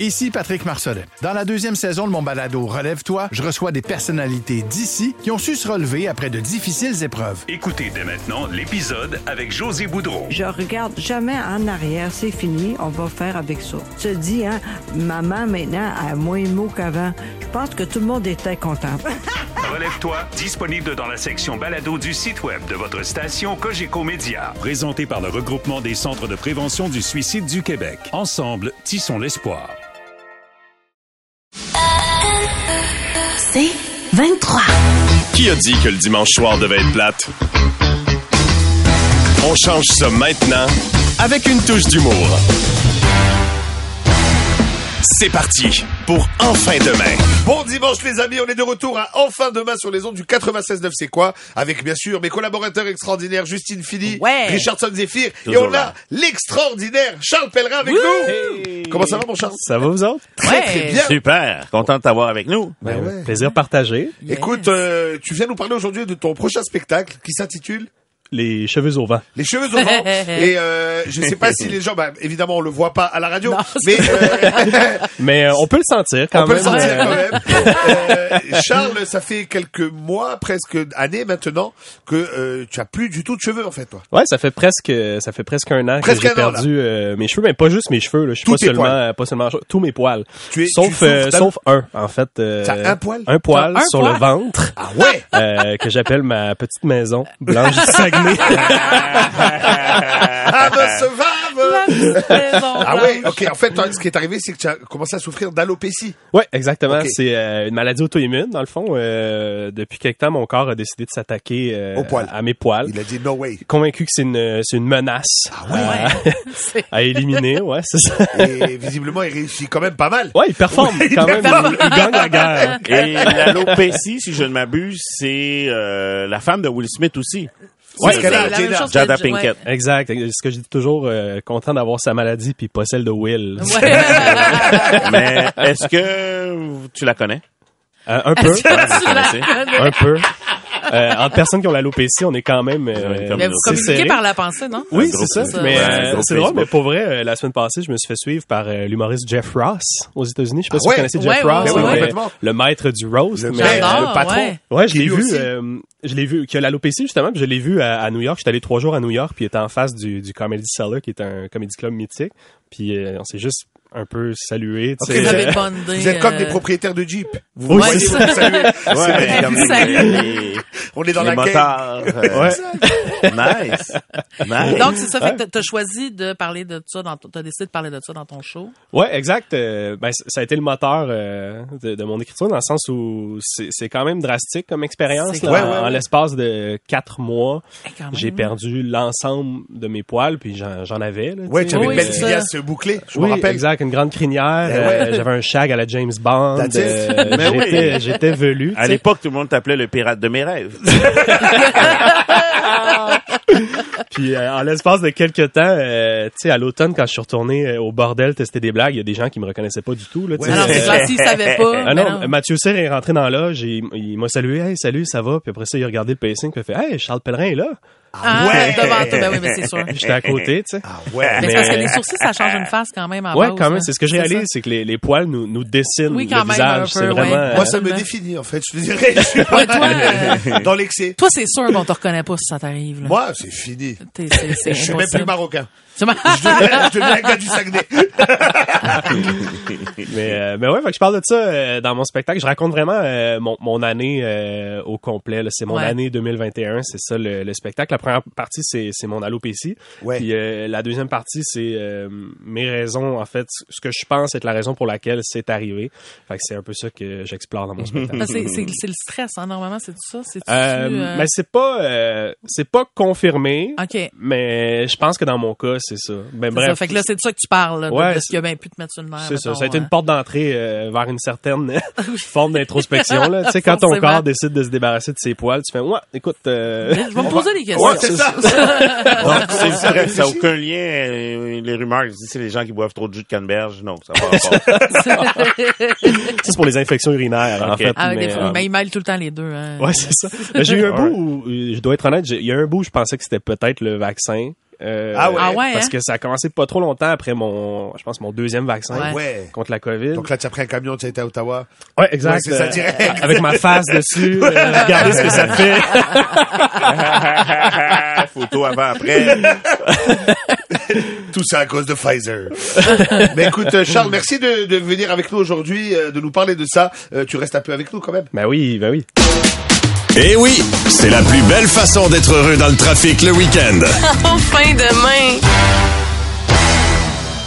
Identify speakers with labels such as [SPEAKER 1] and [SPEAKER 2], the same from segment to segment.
[SPEAKER 1] Ici Patrick Marcelet. Dans la deuxième saison de mon balado Relève-toi, je reçois des personnalités d'ici qui ont su se relever après de difficiles épreuves.
[SPEAKER 2] Écoutez dès maintenant l'épisode avec José Boudreau.
[SPEAKER 3] Je regarde jamais en arrière, c'est fini, on va faire avec ça. Se dis, hein, maman maintenant a moins de mots qu'avant. Je pense que tout le monde était content.
[SPEAKER 2] Relève-toi, disponible dans la section balado du site web de votre station Cogeco Média. Présenté par le regroupement des centres de prévention du suicide du Québec. Ensemble, tissons l'espoir.
[SPEAKER 4] C'est 23.
[SPEAKER 5] Qui a dit que le dimanche soir devait être plate? On change ça maintenant avec une touche d'humour. C'est parti pour Enfin demain.
[SPEAKER 6] Bon dimanche les amis, on est de retour à Enfin demain sur les ondes du 96.9 C'est quoi Avec bien sûr mes collaborateurs extraordinaires Justine Fili,
[SPEAKER 7] Ouais.
[SPEAKER 6] Richardson Zephyr et
[SPEAKER 8] Toujours
[SPEAKER 6] on
[SPEAKER 8] là.
[SPEAKER 6] a l'extraordinaire Charles Pellerin avec nous. Comment ça va mon Charles
[SPEAKER 8] Ça va, vous autres?
[SPEAKER 6] Très très bien.
[SPEAKER 8] Super. Content de t'avoir avec nous.
[SPEAKER 6] Ben ouais.
[SPEAKER 9] Plaisir partagé.
[SPEAKER 6] Écoute, euh, tu viens nous parler aujourd'hui de ton prochain spectacle qui s'intitule
[SPEAKER 9] Les cheveux au vent.
[SPEAKER 6] Les cheveux au vent. et euh, je sais pas si les gens, bah, évidemment on le voit pas à la radio, mais euh,
[SPEAKER 9] Mais euh, on peut le sentir quand
[SPEAKER 6] on peut
[SPEAKER 9] même.
[SPEAKER 6] le sentir
[SPEAKER 9] euh,
[SPEAKER 6] quand même. Euh, Charles, ça fait quelques mois, presque années maintenant, que euh, tu as plus du tout de cheveux en fait toi.
[SPEAKER 9] Ouais, ça fait presque euh, ça fait presque un an
[SPEAKER 6] Presque
[SPEAKER 9] que
[SPEAKER 6] un
[SPEAKER 9] j'ai
[SPEAKER 6] an, là.
[SPEAKER 9] perdu euh, mes cheveux, mais pas juste mes cheveux là, je suis
[SPEAKER 6] Tous
[SPEAKER 9] pas
[SPEAKER 6] tes
[SPEAKER 9] seulement
[SPEAKER 6] poils.
[SPEAKER 9] euh, pas seulement tous mes poils.
[SPEAKER 6] Tu es- tu
[SPEAKER 9] sauf
[SPEAKER 6] souffres
[SPEAKER 9] euh,
[SPEAKER 6] d'un-
[SPEAKER 9] sauf un en fait euh,
[SPEAKER 6] T'as un poil?
[SPEAKER 9] un poil
[SPEAKER 7] T'as un
[SPEAKER 9] sur
[SPEAKER 7] poil?
[SPEAKER 9] le ventre
[SPEAKER 6] Ah ouais
[SPEAKER 9] euh, que j'appelle ma petite maison blanche du Saguenay.
[SPEAKER 6] Ah, ben, ce va, ben. Ah
[SPEAKER 7] ah
[SPEAKER 6] ouais, ok. En fait, toi, ce qui est arrivé, c'est que tu as commencé à souffrir d'alopécie.
[SPEAKER 9] Ouais, exactement.
[SPEAKER 6] Ok.
[SPEAKER 9] C'est euh, une maladie auto-immune, dans le fond. Euh, depuis quelque temps, mon corps a décidé de s'attaquer euh,
[SPEAKER 6] Aux poils.
[SPEAKER 9] à mes poils.
[SPEAKER 6] Il a dit no way.
[SPEAKER 9] Convaincu que c'est une, euh, c'est une menace euh,
[SPEAKER 7] C'est-
[SPEAKER 9] à, à éliminer, ouais, c'est ça.
[SPEAKER 6] Et visiblement, il réussit quand même pas mal.
[SPEAKER 9] Ouais, il performe quand même. Il, il gagne la guerre.
[SPEAKER 8] Et l'alopécie, si je ne m'abuse, c'est euh, la femme de Will Smith aussi.
[SPEAKER 6] Ouais,
[SPEAKER 7] c'est
[SPEAKER 6] qu'elle a-
[SPEAKER 7] la même
[SPEAKER 6] Jada-
[SPEAKER 7] chose que
[SPEAKER 8] Jada
[SPEAKER 7] je- ouais.
[SPEAKER 8] Pinkett.
[SPEAKER 9] Exact. Ce que je dis toujours, euh, content d'avoir sa maladie puis pas celle de Will.
[SPEAKER 7] Ouais.
[SPEAKER 8] Mais est-ce que tu la connais?
[SPEAKER 9] Euh, un peu.
[SPEAKER 8] Vous connaissez?
[SPEAKER 9] un peu. Euh, entre personnes qui ont l'alopécie, on est quand même. euh,
[SPEAKER 8] Ouais, comme-
[SPEAKER 7] Mais vous
[SPEAKER 8] C'est
[SPEAKER 7] communiquez
[SPEAKER 9] serré.
[SPEAKER 7] par la pensée, non?
[SPEAKER 9] oui,
[SPEAKER 8] gros
[SPEAKER 9] c'est ça.
[SPEAKER 7] Facebook.
[SPEAKER 9] Mais
[SPEAKER 7] Ouais,
[SPEAKER 9] euh,
[SPEAKER 8] un gros
[SPEAKER 9] c'est drôle,
[SPEAKER 8] Facebook.
[SPEAKER 9] mais pour vrai, euh, la semaine passée, je me suis fait suivre par euh, l'humoriste Jeff Ross aux États-Unis. Je sais pas
[SPEAKER 6] Ah
[SPEAKER 9] si
[SPEAKER 6] ouais?
[SPEAKER 9] vous connaissez
[SPEAKER 7] Ouais,
[SPEAKER 9] Jeff
[SPEAKER 7] ouais,
[SPEAKER 9] Ross,
[SPEAKER 7] ouais,
[SPEAKER 9] mais,
[SPEAKER 7] ouais.
[SPEAKER 9] euh,
[SPEAKER 6] complètement.
[SPEAKER 9] le maître du roast,
[SPEAKER 6] Le
[SPEAKER 9] mais
[SPEAKER 6] maître,
[SPEAKER 9] euh,
[SPEAKER 7] J'adore,
[SPEAKER 6] le patron.
[SPEAKER 7] ouais.
[SPEAKER 9] Ouais, je l'ai
[SPEAKER 6] Lui
[SPEAKER 9] vu,
[SPEAKER 6] aussi.
[SPEAKER 9] euh, je l'ai vu, qui a l'alopécie justement, puis je l'ai vu à, à New York. J'étais allé trois jours à New York, puis il était en face du, du Comedy Cellar, qui est un comedy club mythique. Puis euh, on s'est juste un peu salué. tu
[SPEAKER 6] Ok,
[SPEAKER 7] Vous
[SPEAKER 9] sais.
[SPEAKER 7] avez bondé.
[SPEAKER 6] Vous êtes comme
[SPEAKER 7] euh,
[SPEAKER 6] des propriétaires de Jeep. Vous
[SPEAKER 9] Oui,
[SPEAKER 6] voyez,
[SPEAKER 7] c'est
[SPEAKER 6] vous
[SPEAKER 7] ça.
[SPEAKER 6] vous saluez.
[SPEAKER 8] Ouais,
[SPEAKER 6] C'est-
[SPEAKER 8] comme
[SPEAKER 7] Salut.
[SPEAKER 8] les-
[SPEAKER 6] On est dans
[SPEAKER 8] les
[SPEAKER 6] la gang.
[SPEAKER 8] motards. euh,
[SPEAKER 9] Ouais.
[SPEAKER 8] Nice. Nice.
[SPEAKER 7] Donc, c'est ça, fait que t'as- t'as choisi de parler de ça, dans ton- t'as décidé de parler de ça dans ton show.
[SPEAKER 9] Ouais, exact. Euh, ben, c- ça a été le moteur euh, de, de mon écriture dans le sens où c'est c'est quand même drastique comme expérience.
[SPEAKER 7] C'est
[SPEAKER 9] là.
[SPEAKER 6] clair. Ouais, ouais,
[SPEAKER 9] En
[SPEAKER 6] ouais.
[SPEAKER 9] l'espace de quatre mois,
[SPEAKER 7] Eh, quand même.
[SPEAKER 9] j'ai perdu l'ensemble de mes poils, puis j'en j'en avais. Là,
[SPEAKER 6] Ouais, tu avais
[SPEAKER 7] Oui,
[SPEAKER 6] une belle
[SPEAKER 7] c'est
[SPEAKER 9] vie.
[SPEAKER 7] ça.
[SPEAKER 6] liasse bouclée, je me
[SPEAKER 9] oui,
[SPEAKER 6] rappelle.
[SPEAKER 9] exact, une grande crinière.
[SPEAKER 6] Ben ouais.
[SPEAKER 9] euh, J'avais un shag à la James Bond.
[SPEAKER 6] That's it.
[SPEAKER 9] euh,
[SPEAKER 8] Mais oui.
[SPEAKER 9] J'étais j'étais velu. tu
[SPEAKER 8] À
[SPEAKER 9] sais.
[SPEAKER 8] l'époque, tout le monde t'appelait le pirate de mes rêves.
[SPEAKER 9] Puis euh, en l'espace de quelques temps, euh, tu sais, à l'automne, quand je suis retourné euh, au bordel tester des blagues, il y a des gens qui me reconnaissaient pas du tout. Là, tu sais.
[SPEAKER 7] Alors, c'est
[SPEAKER 9] Euh,
[SPEAKER 7] clair, s'il savait pas. ben
[SPEAKER 9] Ah
[SPEAKER 7] mais
[SPEAKER 9] non, Mathieu Cyr est rentré dans là, j'ai, il m'a salué, hey, salut, ça va, puis après ça, il a regardé le pacing, puis il a fait, hey, Charles Pellerin est là.
[SPEAKER 7] Ah,
[SPEAKER 6] Ouais.
[SPEAKER 7] devant toi, ben oui, mais c'est sûr.
[SPEAKER 9] J'étais à côté, tu sais.
[SPEAKER 6] Ah ouais.
[SPEAKER 7] Mais c'est parce que les sourcils, ça change une face quand même en
[SPEAKER 9] ouais,
[SPEAKER 7] base,
[SPEAKER 9] quand
[SPEAKER 7] hein.
[SPEAKER 9] même, c'est ce que je réalise, c'est que les, les poils nous, nous dessinent
[SPEAKER 7] Oui, quand
[SPEAKER 9] le
[SPEAKER 7] même, un peu,
[SPEAKER 9] visage, c'est vraiment.
[SPEAKER 7] ouais.
[SPEAKER 6] Moi,
[SPEAKER 9] euh,
[SPEAKER 6] ça me
[SPEAKER 7] Ben-
[SPEAKER 6] définit, en fait. Je te dirais, je suis
[SPEAKER 7] Ouais, toi, euh,
[SPEAKER 6] pas dans l'excès.
[SPEAKER 7] toi, c'est sûr qu'on te reconnaît pas si ça t'arrive, là.
[SPEAKER 6] Moi, c'est fini.
[SPEAKER 7] T'es- c'est- c'est
[SPEAKER 6] Je suis même plus
[SPEAKER 7] impossible.
[SPEAKER 6] marocain.
[SPEAKER 7] Tu m'as-
[SPEAKER 6] Je deviens, je deviens un gars du Saguenay.
[SPEAKER 9] Mais, euh, mais ouais, fait que je parle de ça euh, dans mon spectacle. Je raconte vraiment euh, mon, mon année euh, au complet. là. C'est mon
[SPEAKER 7] Ouais.
[SPEAKER 9] année 2021, c'est ça le, le spectacle. La première partie, c'est c'est mon alopécie.
[SPEAKER 6] Ouais.
[SPEAKER 9] Puis euh, la deuxième partie, c'est euh, mes raisons, en fait, ce que je pense être la raison pour laquelle c'est arrivé. Fait que c'est un peu ça que j'explore dans mon spectacle.
[SPEAKER 7] Ben, c'est, c'est, c'est le stress, hein, normalement, c'est tout ça. C'est tout
[SPEAKER 9] Euh, Mais c'est pas, euh, c'est pas confirmé,
[SPEAKER 7] OK.
[SPEAKER 9] mais je pense que dans mon cas, c'est ça. Ben
[SPEAKER 7] Ah. C'est
[SPEAKER 9] bref,
[SPEAKER 7] ça. Fait que là, c'est de ça que tu parles, là, de-
[SPEAKER 9] Ouais,
[SPEAKER 7] de ce qui a bien pu te mettre sur une mer.
[SPEAKER 9] C'est ça.
[SPEAKER 7] mettons,
[SPEAKER 9] Ça a été
[SPEAKER 7] hein.
[SPEAKER 9] une porte d'entrée euh, vers une certaine forme d'introspection. là. Tu sais, quand ton
[SPEAKER 7] Forcément.
[SPEAKER 9] corps décide de se débarrasser de ses poils, tu fais ouais, écoute. euh,
[SPEAKER 7] Je vais me poser des questions.
[SPEAKER 6] Ouais, c'est ça.
[SPEAKER 8] Donc, c'est vrai, ça n'a aucun lien. euh, Les rumeurs, qui disent, c'est les gens qui boivent trop de jus de canneberge. Non, ça va pas.
[SPEAKER 9] ça, c'est pour les infections urinaires, en
[SPEAKER 8] Ok.
[SPEAKER 9] fait.
[SPEAKER 7] Ah, Avec
[SPEAKER 9] mais,
[SPEAKER 7] des fois,
[SPEAKER 9] euh,
[SPEAKER 7] mais ils mêlent tout le temps les deux. Hein.
[SPEAKER 9] euh, ouais, c'est ça. Mais J'ai eu un bout où, euh, je dois être honnête, j'ai- il y a un bout où je pensais que c'était peut-être le vaccin. euh,
[SPEAKER 6] Ah ouais?
[SPEAKER 7] Ah ouais,
[SPEAKER 9] Parce
[SPEAKER 7] hein?
[SPEAKER 9] que ça a commencé pas trop longtemps après mon, je pense, mon deuxième vaccin
[SPEAKER 7] Ouais.
[SPEAKER 6] Ouais.
[SPEAKER 9] contre la COVID.
[SPEAKER 6] Donc là, tu as pris un camion, tu as été à Ottawa.
[SPEAKER 9] ouais, exact.
[SPEAKER 6] ouais, c'est ça,
[SPEAKER 9] euh,
[SPEAKER 6] direct.
[SPEAKER 9] Avec ma face dessus. euh, regardez ce que ça fait.
[SPEAKER 6] Photo avant, après. Tout ça à cause de Pfizer. Mais écoute, euh, Charles, merci de, de venir avec nous aujourd'hui, euh, de nous parler de ça. Euh, tu restes un peu avec nous quand même.
[SPEAKER 9] Ben oui, ben oui.
[SPEAKER 5] Eh oui, c'est la plus belle façon d'être heureux dans le trafic le week-end.
[SPEAKER 4] Enfin demain.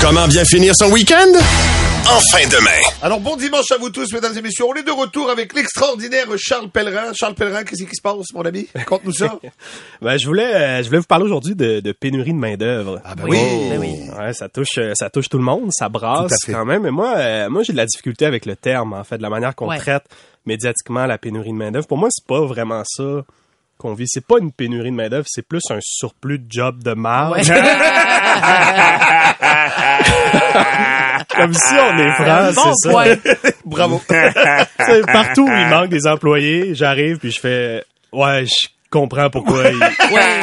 [SPEAKER 5] Comment bien finir son week-end? En fin de main.
[SPEAKER 6] Alors bon dimanche à vous tous, mesdames et messieurs. On est de retour avec l'extraordinaire Charles Pellerin. Charles Pellerin, qu'est-ce qui se passe, mon ami Quand nous ça.
[SPEAKER 9] Ben, je voulais, euh, je voulais vous parler aujourd'hui de, de pénurie de main-d'œuvre. Ah,
[SPEAKER 6] ben Oui, oui. ben
[SPEAKER 9] Ouais, ça touche, euh, ça touche tout le monde, ça brasse
[SPEAKER 6] Tout à fait.
[SPEAKER 9] quand même. Mais moi, euh, moi, j'ai de la difficulté avec le terme, en fait, de la manière qu'on
[SPEAKER 7] Ouais.
[SPEAKER 9] traite médiatiquement la pénurie de main-d'œuvre. Pour moi, c'est pas vraiment ça qu'on vit. C'est pas une pénurie de main-d'œuvre, c'est plus un surplus de job de marge. Comme si on est franc,
[SPEAKER 7] Bon
[SPEAKER 9] c'est ça.
[SPEAKER 7] point.
[SPEAKER 6] Bravo.
[SPEAKER 9] Tu sais, Partout où il manque des employés, j'arrive puis je fais, ouais, je comprends pourquoi ils-
[SPEAKER 7] Ouais.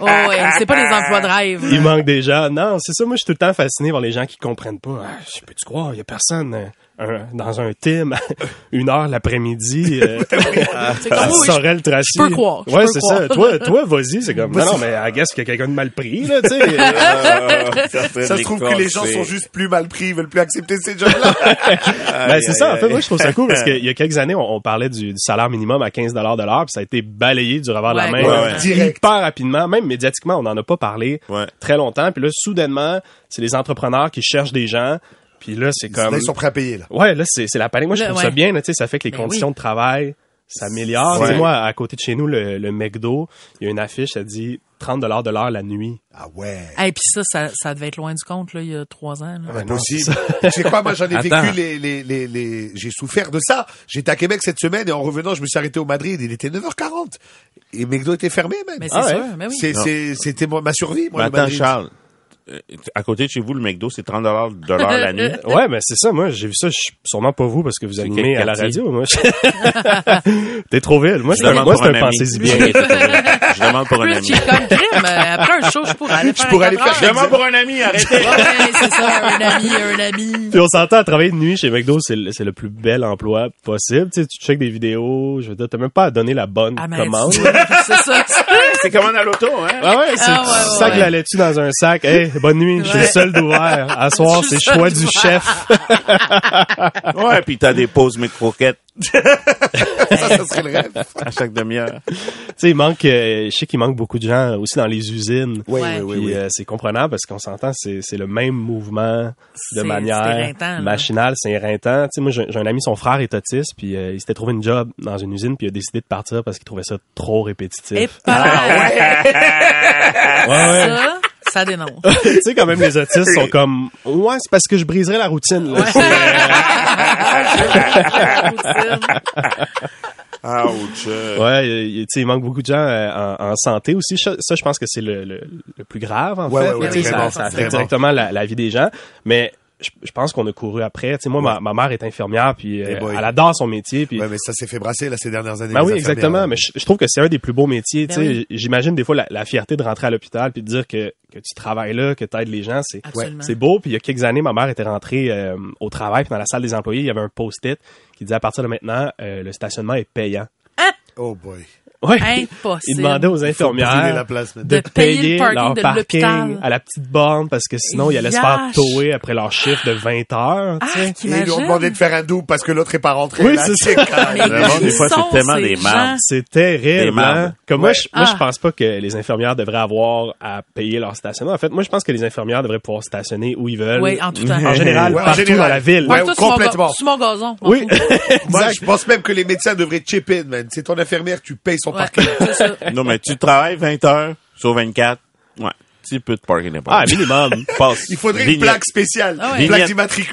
[SPEAKER 7] Oh, ouais. C'est pas les emplois de rêve.
[SPEAKER 9] Il manque des gens. Non, c'est ça. Moi, je suis tout le temps fasciné par les gens qui comprennent pas. Ah, je peux tu croire, il y a personne euh, un- dans un team une heure l'après-midi. euh,
[SPEAKER 7] C'est
[SPEAKER 9] à
[SPEAKER 7] comme, oui, oui, je-
[SPEAKER 9] Sorel Tracy.
[SPEAKER 7] je peux croire, je
[SPEAKER 9] Ouais,
[SPEAKER 7] peux
[SPEAKER 9] c'est
[SPEAKER 7] croire.
[SPEAKER 9] ça. Toi, toi, vas-y, c'est comme. Non, non, mais I guess qu'il y a quelqu'un de mal pris, là, tu sais.
[SPEAKER 6] Ça se trouve que les gens sont juste plus mal pris, ils veulent plus accepter ces jobs-là.
[SPEAKER 9] ben, c'est ça. En fait, moi, je trouve ça cool parce qu'il y a quelques années, on, on parlait du, du salaire minimum à 15 de l'heure, puis ça a été balayé du revers de la
[SPEAKER 7] Ouais,
[SPEAKER 9] main.
[SPEAKER 8] ouais,
[SPEAKER 9] euh,
[SPEAKER 8] ouais.
[SPEAKER 6] Direct.
[SPEAKER 9] Hyper rapidement. Même médiatiquement, on n'en a pas parlé
[SPEAKER 8] Ouais.
[SPEAKER 9] très longtemps. Puis là, soudainement, c'est les entrepreneurs qui cherchent des gens. Puis là, c'est comme.
[SPEAKER 6] Là, ils sont prêts à payer, là.
[SPEAKER 9] Ouais, là, c'est c'est la panique. Moi, je
[SPEAKER 7] Là,
[SPEAKER 9] trouve
[SPEAKER 7] ouais.
[SPEAKER 9] ça bien, là, tu sais, ça fait que les
[SPEAKER 7] Ben
[SPEAKER 9] conditions
[SPEAKER 7] oui.
[SPEAKER 9] de travail s'améliorent.
[SPEAKER 8] Ouais.
[SPEAKER 9] Tu sais, Moi, à côté de chez nous, le, le McDo, il y a une affiche, ça dit 30 de l'heure la nuit.
[SPEAKER 6] Ah ouais.
[SPEAKER 7] Hey, puis ça, ça, ça devait être loin du compte, là, il y a trois ans. là.
[SPEAKER 9] Ben non, c'est
[SPEAKER 6] Possible. Ah, Tu sais quoi, moi j'en ai
[SPEAKER 9] Attends.
[SPEAKER 6] vécu les, les, les, les... j'ai souffert de ça. J'étais à Québec cette semaine et en revenant, je me suis arrêté au Madrid, il était 9h40 et McDo était fermé même.
[SPEAKER 7] Mais c'est
[SPEAKER 9] Ah ouais.
[SPEAKER 7] sûr, mais oui.
[SPEAKER 6] C'est-
[SPEAKER 8] Non.
[SPEAKER 6] c'est- c'était moi- ma survie moi
[SPEAKER 8] Mais
[SPEAKER 6] le
[SPEAKER 8] Ben, attends,
[SPEAKER 6] Madrid.
[SPEAKER 8] Charles. euh, À côté de chez vous, le McDo, c'est 30 de l'heure la nuit.
[SPEAKER 7] Euh.
[SPEAKER 9] Ouais, mais c'est ça, moi, j'ai vu ça, je suis sûrement pas vous parce que vous
[SPEAKER 8] C'est
[SPEAKER 9] animez
[SPEAKER 8] quel
[SPEAKER 9] à la
[SPEAKER 8] quartier?
[SPEAKER 9] radio, moi. je- T'es trop ville. Moi, c'est un, moi, c'est un pensez-y bien.
[SPEAKER 8] Je demande pour un
[SPEAKER 7] Plus
[SPEAKER 8] ami.
[SPEAKER 7] cheap comme crime, euh, après un show, je pourrais aller
[SPEAKER 6] Je
[SPEAKER 7] faire
[SPEAKER 6] Ah, pourrais
[SPEAKER 7] un
[SPEAKER 6] aller
[SPEAKER 7] quatre
[SPEAKER 6] faire-
[SPEAKER 7] heures.
[SPEAKER 8] demande pour un ami, hein. arrêtez.
[SPEAKER 7] Ouais, c'est ça, un ami, un ami.
[SPEAKER 9] Puis on s'entend à travailler de nuit chez McDo, c'est le, c'est le plus bel emploi possible. Tu sais, tu checkes des vidéos, je veux dire, t'as même pas à donner la bonne
[SPEAKER 7] Ah, mais
[SPEAKER 9] commande.
[SPEAKER 7] tu vois, C'est ça.
[SPEAKER 8] C'est commande à l'auto, hein?
[SPEAKER 9] Ah ouais, c'est
[SPEAKER 7] Ah ouais,
[SPEAKER 9] tu
[SPEAKER 7] ouais,
[SPEAKER 9] sac
[SPEAKER 7] ouais.
[SPEAKER 9] la laitue dans un sac. Hey, bonne nuit, je suis le
[SPEAKER 7] Ouais.
[SPEAKER 9] seul d'ouvert. À soir,
[SPEAKER 7] Je suis
[SPEAKER 9] c'est
[SPEAKER 7] le
[SPEAKER 9] choix
[SPEAKER 7] seul
[SPEAKER 9] du
[SPEAKER 7] d'ouvert.
[SPEAKER 9] chef.
[SPEAKER 8] Ouais, puis t'as des pauses micro-croquettes
[SPEAKER 6] Ça,
[SPEAKER 7] Ben,
[SPEAKER 6] ça serait le rêve.
[SPEAKER 8] à chaque demi-heure.
[SPEAKER 9] tu sais, il manque, euh, je sais qu'il manque beaucoup de gens aussi dans les usines.
[SPEAKER 6] Oui,
[SPEAKER 7] Ouais.
[SPEAKER 6] oui,
[SPEAKER 9] Puis,
[SPEAKER 6] oui.
[SPEAKER 9] euh, c'est comprenable parce qu'on s'entend, c'est, c'est le même mouvement de
[SPEAKER 7] C'est-
[SPEAKER 9] manière
[SPEAKER 7] c'est éreintant, là.
[SPEAKER 9] machinale, c'est éreintant. Tu sais, moi, j'ai, j'ai un ami, son frère est autiste, puis euh, il s'était trouvé une job dans une usine, puis il a décidé de partir parce qu'il trouvait ça trop répétitif.
[SPEAKER 7] Et pas ça, ça dénonce.
[SPEAKER 9] tu sais, quand même, les autistes sont comme, ouais, c'est parce que je briserais la routine. là. C'est, euh,
[SPEAKER 7] Ah,
[SPEAKER 8] Ouch.
[SPEAKER 9] Ouais, euh, il- tu sais, il manque beaucoup de gens euh, en, en santé aussi. Ça, ça, je pense que c'est le, le, le plus grave, en
[SPEAKER 6] Ouais,
[SPEAKER 9] fait.
[SPEAKER 6] ouais, ouais,
[SPEAKER 9] Tu sais, ça-
[SPEAKER 6] vraiment,
[SPEAKER 9] ça, affecte
[SPEAKER 6] vraiment.
[SPEAKER 9] directement la, la vie des gens. Mais je, je pense qu'on a couru après. Tu sais, moi, ma, ma mère est infirmière, puis euh,
[SPEAKER 6] Eh boy.
[SPEAKER 9] elle adore son métier. Puis,
[SPEAKER 6] Ouais, mais ça s'est fait brasser là ces dernières années.
[SPEAKER 9] ben
[SPEAKER 6] les
[SPEAKER 9] oui,
[SPEAKER 6] infirmières.
[SPEAKER 9] exactement. Mais je, je trouve que c'est un des plus beaux métiers.
[SPEAKER 7] Ben
[SPEAKER 9] tu sais.
[SPEAKER 7] oui.
[SPEAKER 9] J'imagine des fois la, la fierté de rentrer à l'hôpital puis de dire que, que tu travailles là, que tu aides les gens. C'est
[SPEAKER 7] Absolument.
[SPEAKER 9] c'est beau. Puis il y a quelques années, ma mère était rentrée euh, au travail. Puis dans la salle des employés, il y avait un post-it qui disait à partir de maintenant, euh, le stationnement est payant.
[SPEAKER 6] Oh boy.
[SPEAKER 9] Ouais.
[SPEAKER 7] Impossible.
[SPEAKER 9] Il demandait aux
[SPEAKER 6] brûler
[SPEAKER 9] infirmières
[SPEAKER 6] la place, man.
[SPEAKER 9] de,
[SPEAKER 7] De
[SPEAKER 9] payer,
[SPEAKER 7] payer le parking
[SPEAKER 9] leur
[SPEAKER 7] de
[SPEAKER 9] parking
[SPEAKER 7] l'hôpital.
[SPEAKER 9] à la petite borne parce que sinon ils allaient se faire
[SPEAKER 7] Yache.
[SPEAKER 9] tower après leur chiffre de 20 heures.
[SPEAKER 7] Ah,
[SPEAKER 9] tu sais.
[SPEAKER 6] Et ils lui ont demandé de faire un double parce que l'autre est pas rentré.
[SPEAKER 9] Oui,
[SPEAKER 6] là. Ah,
[SPEAKER 9] c'est ça.
[SPEAKER 6] carré.
[SPEAKER 7] Mais
[SPEAKER 8] Vraiment, des
[SPEAKER 7] ils
[SPEAKER 8] fois, c'est
[SPEAKER 7] sont,
[SPEAKER 8] tellement
[SPEAKER 7] ces
[SPEAKER 8] des
[SPEAKER 7] gens.
[SPEAKER 8] mardes.
[SPEAKER 9] C'est terrible.
[SPEAKER 8] Des
[SPEAKER 9] hein.
[SPEAKER 8] mardes.
[SPEAKER 9] Comme moi, je, moi,
[SPEAKER 7] Ah.
[SPEAKER 9] je pense pas que les infirmières devraient avoir à payer leur stationnement. En fait, moi, je pense que les infirmières devraient pouvoir stationner où ils veulent.
[SPEAKER 7] Oui, en tout temps.
[SPEAKER 9] En général,
[SPEAKER 6] Ouais, en
[SPEAKER 9] partout
[SPEAKER 6] général.
[SPEAKER 9] dans la ville.
[SPEAKER 6] Ouais,
[SPEAKER 7] Moi, toi, sur mon
[SPEAKER 6] complètement.
[SPEAKER 7] ga- Sur mon gazon.
[SPEAKER 9] Oui.
[SPEAKER 6] Moi, je pense même que les médecins devraient chip in, man. C'est ton infirmière, tu payes son faut
[SPEAKER 7] Ouais,
[SPEAKER 6] parquer.
[SPEAKER 7] c'est ça.
[SPEAKER 8] Non, mais tu travailles 20 heures sur 24. Ouais. Tu peux te parker n'importe
[SPEAKER 9] Ah, minimum.
[SPEAKER 8] Passe.
[SPEAKER 6] Il faudrait une
[SPEAKER 8] Vignette.
[SPEAKER 6] plaque spéciale,
[SPEAKER 7] Ah ouais.
[SPEAKER 6] une plaque
[SPEAKER 8] Vignette.
[SPEAKER 9] Une petite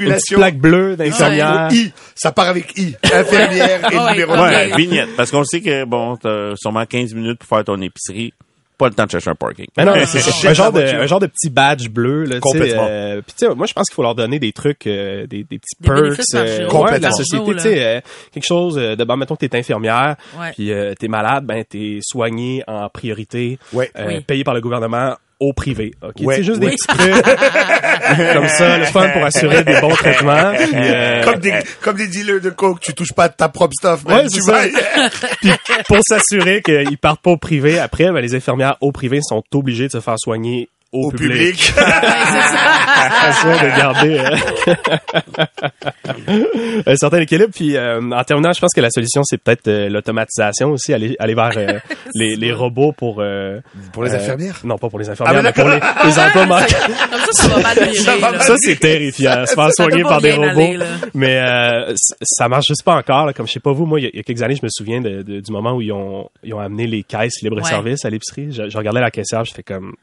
[SPEAKER 6] d'immatriculation.
[SPEAKER 9] plaque bleue d'infirmière.
[SPEAKER 6] Ou I, ça part avec I. Infirmière et
[SPEAKER 7] Ah Ouais.
[SPEAKER 6] numéro
[SPEAKER 7] Ouais.
[SPEAKER 8] Ouais,
[SPEAKER 7] Ok.
[SPEAKER 8] vignette. Parce qu'on sait que, bon, t'as sûrement 15 minutes pour faire ton épicerie. Pas le temps de chercher un parking.
[SPEAKER 9] Mais non, mais
[SPEAKER 6] c'est
[SPEAKER 9] c'est
[SPEAKER 6] cher,
[SPEAKER 9] un genre de
[SPEAKER 6] la voiture.
[SPEAKER 9] un genre de petit badge bleu là, tu sais,
[SPEAKER 8] Complètement.
[SPEAKER 9] euh, puis tu sais, moi je pense qu'il faut leur donner des trucs euh, des, des petits
[SPEAKER 7] Des
[SPEAKER 9] perks euh,
[SPEAKER 7] bénéfices marginaux.
[SPEAKER 9] ouais, de la
[SPEAKER 6] Complètement.
[SPEAKER 9] société,
[SPEAKER 7] Marginaux,
[SPEAKER 9] tu sais, euh, quelque chose euh, de bon mettons que t'es infirmière,
[SPEAKER 7] Ouais.
[SPEAKER 9] puis euh, t'es malade, ben t'es soigné en priorité,
[SPEAKER 6] Ouais.
[SPEAKER 9] euh,
[SPEAKER 7] Oui.
[SPEAKER 9] payé par le gouvernement au privé. OK,
[SPEAKER 6] Ouais.
[SPEAKER 9] c'est juste
[SPEAKER 6] Oui.
[SPEAKER 9] des petits trucs comme ça, le fun pour assurer des bons traitements, puis euh,
[SPEAKER 6] Comme des, comme des dealers de coke, tu touches pas à ta propre stuff, man.
[SPEAKER 9] Ouais,
[SPEAKER 6] tu
[SPEAKER 9] c'est
[SPEAKER 6] vas-
[SPEAKER 9] ça. Puis pour s'assurer qu'ils partent pas au privé après, ben, les infirmières au privé sont obligées de se faire soigner au,
[SPEAKER 6] au public.
[SPEAKER 9] façon de garder euh, un certain équilibre. Puis euh, en terminant, je pense que la solution, c'est peut-être euh, l'automatisation aussi, aller, aller vers euh, les, les robots pour... euh,
[SPEAKER 6] Pour les
[SPEAKER 9] euh,
[SPEAKER 6] infirmières?
[SPEAKER 9] Non, pas pour les infirmières,
[SPEAKER 6] Ah, mais
[SPEAKER 9] mais pour les, les emplois manquants.
[SPEAKER 7] Comme ça, ça va mal virer.
[SPEAKER 6] Ça va
[SPEAKER 7] là.
[SPEAKER 6] mal.
[SPEAKER 9] Ça, c'est terrifiant, se faire
[SPEAKER 7] Ça peut
[SPEAKER 9] soigner
[SPEAKER 7] pas
[SPEAKER 9] par des
[SPEAKER 7] bien
[SPEAKER 9] robots.
[SPEAKER 7] aller, là.
[SPEAKER 9] mais euh, c- ça marche juste pas encore. là. Comme je sais pas vous, moi, il y a- il y, a quelques années, je me souviens de- de- du moment où ils ont, ils ont amené les caisses libre-service à l'épicerie. Je, je regardais la caissière, je fais comme...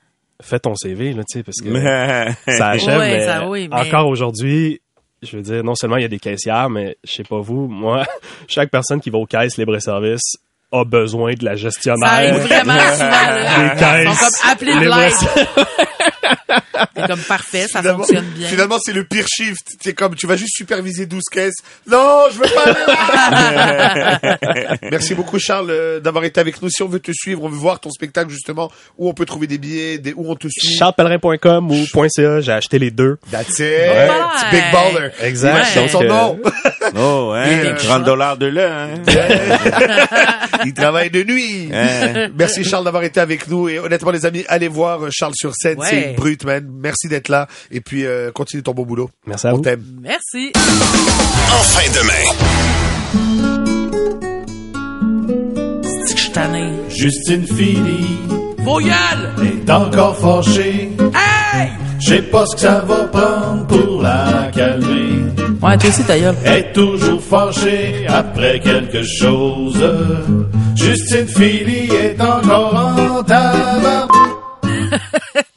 [SPEAKER 9] Fais ton CV, là, tu sais, parce que ça achève,
[SPEAKER 7] Ouais,
[SPEAKER 9] mais,
[SPEAKER 7] ça, oui, mais-
[SPEAKER 9] encore aujourd'hui, je veux dire, non seulement il y a des caissières, mais je sais pas vous, moi, chaque personne qui va aux caisses libre-service a besoin de la
[SPEAKER 7] Ça arrive
[SPEAKER 9] gestionnaire.
[SPEAKER 7] vraiment souvent, là.
[SPEAKER 9] Des caisses.
[SPEAKER 7] Ils sont comme appelés de
[SPEAKER 9] Les
[SPEAKER 7] l'aide. C'est comme parfait, ça
[SPEAKER 6] Finalement,
[SPEAKER 7] fonctionne bien.
[SPEAKER 6] finalement, c'est le pire shift. C'est comme, tu vas juste superviser 12 caisses. Non, je veux pas aller là. Merci beaucoup, Charles, euh, d'avoir été avec nous. Si on veut te suivre, on veut voir ton spectacle, justement, où on peut trouver des billets, des- où on te suit.
[SPEAKER 9] CharlesPellerin.com ou .ca, j'ai acheté les deux.
[SPEAKER 6] That's it.
[SPEAKER 7] Ouais.
[SPEAKER 6] Big baller.
[SPEAKER 9] Exact.
[SPEAKER 7] Ouais.
[SPEAKER 6] Dans
[SPEAKER 9] Donc,
[SPEAKER 6] son
[SPEAKER 9] euh,
[SPEAKER 6] nom.
[SPEAKER 8] Oh, hein,
[SPEAKER 7] quelque
[SPEAKER 8] 30
[SPEAKER 7] chose.
[SPEAKER 8] dollars de là, hein.
[SPEAKER 6] Il travaille de nuit.
[SPEAKER 8] Hein.
[SPEAKER 6] Eh. Merci Charles d'avoir été avec nous et honnêtement les amis, allez voir euh, Charles sur scène,
[SPEAKER 7] Ouais.
[SPEAKER 6] c'est une brute man. Merci d'être là et puis euh, continue ton bon boulot.
[SPEAKER 9] Merci à
[SPEAKER 6] On
[SPEAKER 9] vous.
[SPEAKER 6] t'aime.
[SPEAKER 7] Merci.
[SPEAKER 5] Enfin demain.
[SPEAKER 7] C'est que je suis tanné.
[SPEAKER 10] Justine Philly
[SPEAKER 7] Vos gueules!
[SPEAKER 10] est encore fâchée.
[SPEAKER 7] Hey!
[SPEAKER 10] Je sais pas ce que ça va prendre pour la calmer.
[SPEAKER 7] Ouais, toi aussi, ta gueule.
[SPEAKER 10] Elle est toujours fâchée après quelque chose. Justine Philly est encore en tabac.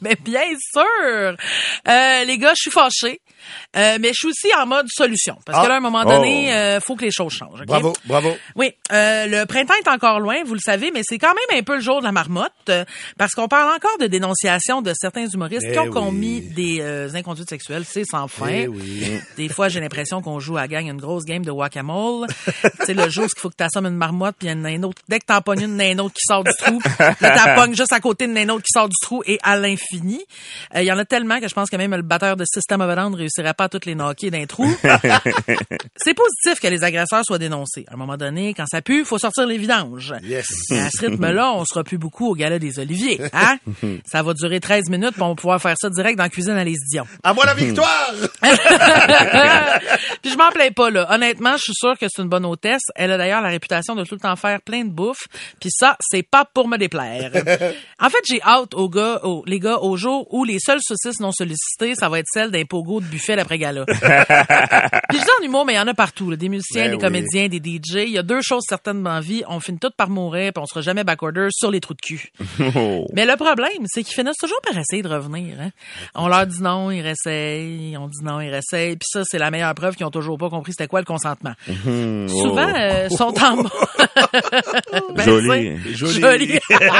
[SPEAKER 7] Mais bien sûr! Euh, les gars, je suis fâchée. Euh, mais je suis aussi en mode solution. Parce
[SPEAKER 10] Ah.
[SPEAKER 7] que là, à un moment donné,
[SPEAKER 8] Oh.
[SPEAKER 7] euh, faut que les choses changent. ok?
[SPEAKER 6] Bravo, bravo.
[SPEAKER 7] Oui, euh, le printemps est encore loin, vous le savez, mais c'est quand même un peu le jour de la marmotte euh, parce qu'on parle encore de dénonciation de certains humoristes
[SPEAKER 6] Eh
[SPEAKER 7] qui ont
[SPEAKER 6] oui. Eh
[SPEAKER 7] commis des euh, inconduites sexuelles, c'est sans fin. Des fois, j'ai l'impression qu'on joue à gagne une grosse game de whack-a-mole. c'est le jour où il faut que t'assommes une marmotte puis il y en a une autre. Dès que t'en pognes une, il y en a une autre qui sort du trou. Là, t'en pognes juste à côté d'une autre qui sort du trou et à l'infini. Euh, Il y en a tellement que je pense que même le batteur de System of a Down réussira pas à toutes les knocker d'un trou. C'est positif que les agresseurs soient dénoncés. À un moment donné, quand ça pue, faut sortir les vidanges.
[SPEAKER 6] Yes.
[SPEAKER 7] Mais à ce rythme-là, on sera plus beaucoup au gala des Oliviers, hein? ça va durer 13 minutes, puis on va pouvoir faire ça direct dans la cuisine à les Dion.
[SPEAKER 6] À moi la victoire.
[SPEAKER 7] puis je m'en plains pas, là. Honnêtement, je suis sûre que c'est une bonne hôtesse. Elle a d'ailleurs la réputation de tout le temps faire plein de bouffe. Puis ça, c'est pas pour me déplaire. en fait, j'ai hâte aux gars, aux, les gars, au jour où les seules saucisses non sollicitées, ça va être celles d'un pogo de buffet d'après-gala. Puis je dis en humour, mais il y en a partout. là. Des musiciens,
[SPEAKER 6] Ben
[SPEAKER 7] des
[SPEAKER 6] oui.
[SPEAKER 7] comédiens, des DJ. Il y a deux choses certaines dans la vie. On finit toutes par mourir, puis on sera jamais backorder sur les trous de cul. Mais le problème, c'est qu'ils finissent toujours par essayer de revenir. hein. On leur dit non, ils réessayent. On dit non, ils réessayent. Puis ça, c'est la meilleure preuve qu'ils ont toujours pas compris c'était quoi le consentement.
[SPEAKER 8] Hmm,
[SPEAKER 7] Souvent,
[SPEAKER 8] oh.
[SPEAKER 7] euh, sont en mode... Ben,
[SPEAKER 8] Joli.
[SPEAKER 7] c'est-
[SPEAKER 6] Joli.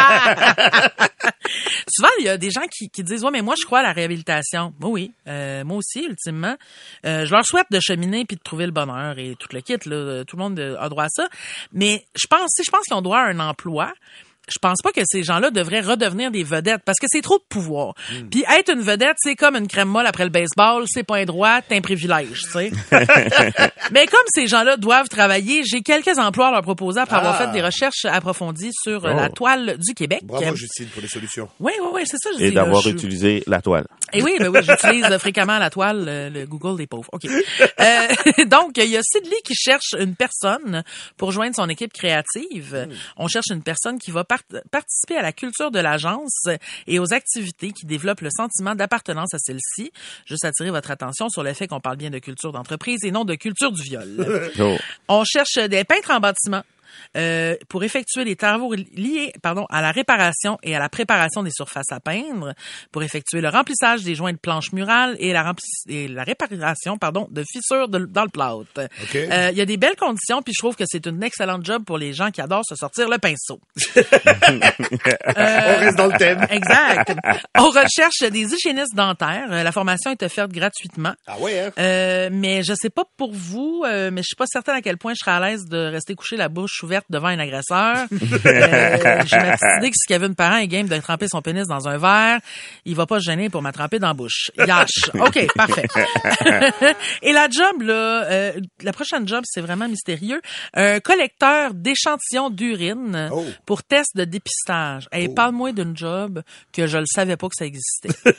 [SPEAKER 7] Souvent, il y a des gens qui, qui disent, ouais, mais moi, je crois à la réhabilitation. Oui, oui. Euh, moi aussi, ultimement. Euh, je leur souhaite de cheminer puis de trouver le bonheur et tout le kit, là. Tout le monde euh, a droit à ça. Mais je pense, si je pense qu'ils ont droit à un emploi, je pense pas que ces gens-là devraient redevenir des vedettes parce que c'est trop de pouvoir. Puis être une vedette, c'est comme une crème molle après le baseball, c'est pas un droit, c'est un privilège, tu sais. Mais comme ces gens-là doivent travailler, j'ai quelques emplois à leur proposer après avoir
[SPEAKER 6] Ah.
[SPEAKER 7] fait des recherches approfondies sur euh, la
[SPEAKER 8] Oh.
[SPEAKER 7] toile du Québec.
[SPEAKER 6] Bravo Justine pour les solutions.
[SPEAKER 7] Oui, oui, oui, c'est ça. je
[SPEAKER 8] Et
[SPEAKER 7] dis, là,
[SPEAKER 8] d'avoir
[SPEAKER 7] je-
[SPEAKER 8] utilisé la toile.
[SPEAKER 7] Et oui, ben oui, j'utilise euh, fréquemment la toile, euh, le Google des pauvres. OK. Euh, donc, il y a Sidley qui cherche une personne pour joindre son équipe créative.
[SPEAKER 8] Hmm.
[SPEAKER 7] On cherche une personne qui va part- participer à la culture de l'agence et aux activités qui développent le sentiment d'appartenance à celle-ci. Juste attirer votre attention sur le fait qu'on parle bien de culture d'entreprise et non de culture du viol.
[SPEAKER 8] Oh.
[SPEAKER 7] On cherche des peintres en bâtiment. euh, pour effectuer les travaux liés pardon, à la réparation et à la préparation des surfaces à peindre, pour effectuer le remplissage des joints de planches murales et la, remplis- et la réparation pardon, de fissures de- dans le plâtre. Euh,
[SPEAKER 6] OK.
[SPEAKER 7] Il y a des belles conditions, puis je trouve que c'est une excellente job pour les gens qui adorent se sortir le pinceau. Euh,
[SPEAKER 6] On reste dans le thème.
[SPEAKER 7] Exact. On recherche des hygiénistes dentaires. Euh, La formation est offerte gratuitement.
[SPEAKER 6] Ah ouais, hein?
[SPEAKER 7] Euh, mais je sais pas pour vous, euh, mais je suis pas certaine à quel point je serais à l'aise de rester couché la bouche ouverte devant un agresseur. Euh, J'ai ma petite idée que si Kevin Parent est game de tremper son pénis dans un verre, il va pas se gêner pour m'attraper dans la bouche. Yash. OK, parfait. Et la job, là, euh, la prochaine job, c'est vraiment mystérieux. Un collecteur d'échantillons d'urine pour test de dépistage. Et parle-moi d'une job que je le savais pas que ça existait.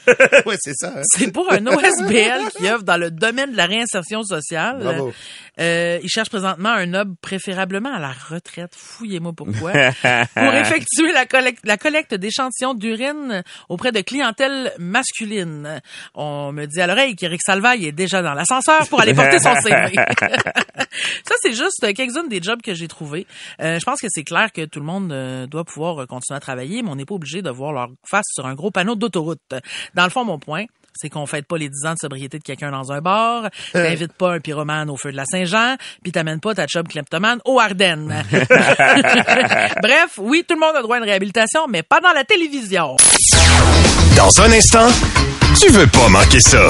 [SPEAKER 6] ouais, c'est ça. hein.
[SPEAKER 7] C'est pour un OSBL qui œuvre dans le domaine de la réinsertion sociale.
[SPEAKER 6] Bravo.
[SPEAKER 7] Euh, il cherche présentement un homme préférablement à la retraite. Fouillez-moi pourquoi. pour effectuer la collecte, la collecte d'échantillons d'urine auprès de clientèle masculine. On me dit à l'oreille qu'Éric Salvaille est déjà dans l'ascenseur pour aller porter son CV. Ça, c'est juste euh, quelques-unes des jobs que j'ai trouvés. Euh, je pense que c'est clair que tout le monde euh, doit pouvoir euh, continuer à travailler, mais on n'est pas obligé de voir leur face sur un gros panneau d'autoroute. Dans le fond, mon point, c'est qu'on fête pas les 10 ans de sobriété de quelqu'un dans un bar, t'invites pas un pyromane au feu de la Saint-Jean, puis t'amènes pas ta chum kleptomane aux Ardennes. Bref, oui, tout le monde a droit à une réhabilitation, mais pas dans la télévision.
[SPEAKER 5] Dans un instant, tu veux pas manquer ça.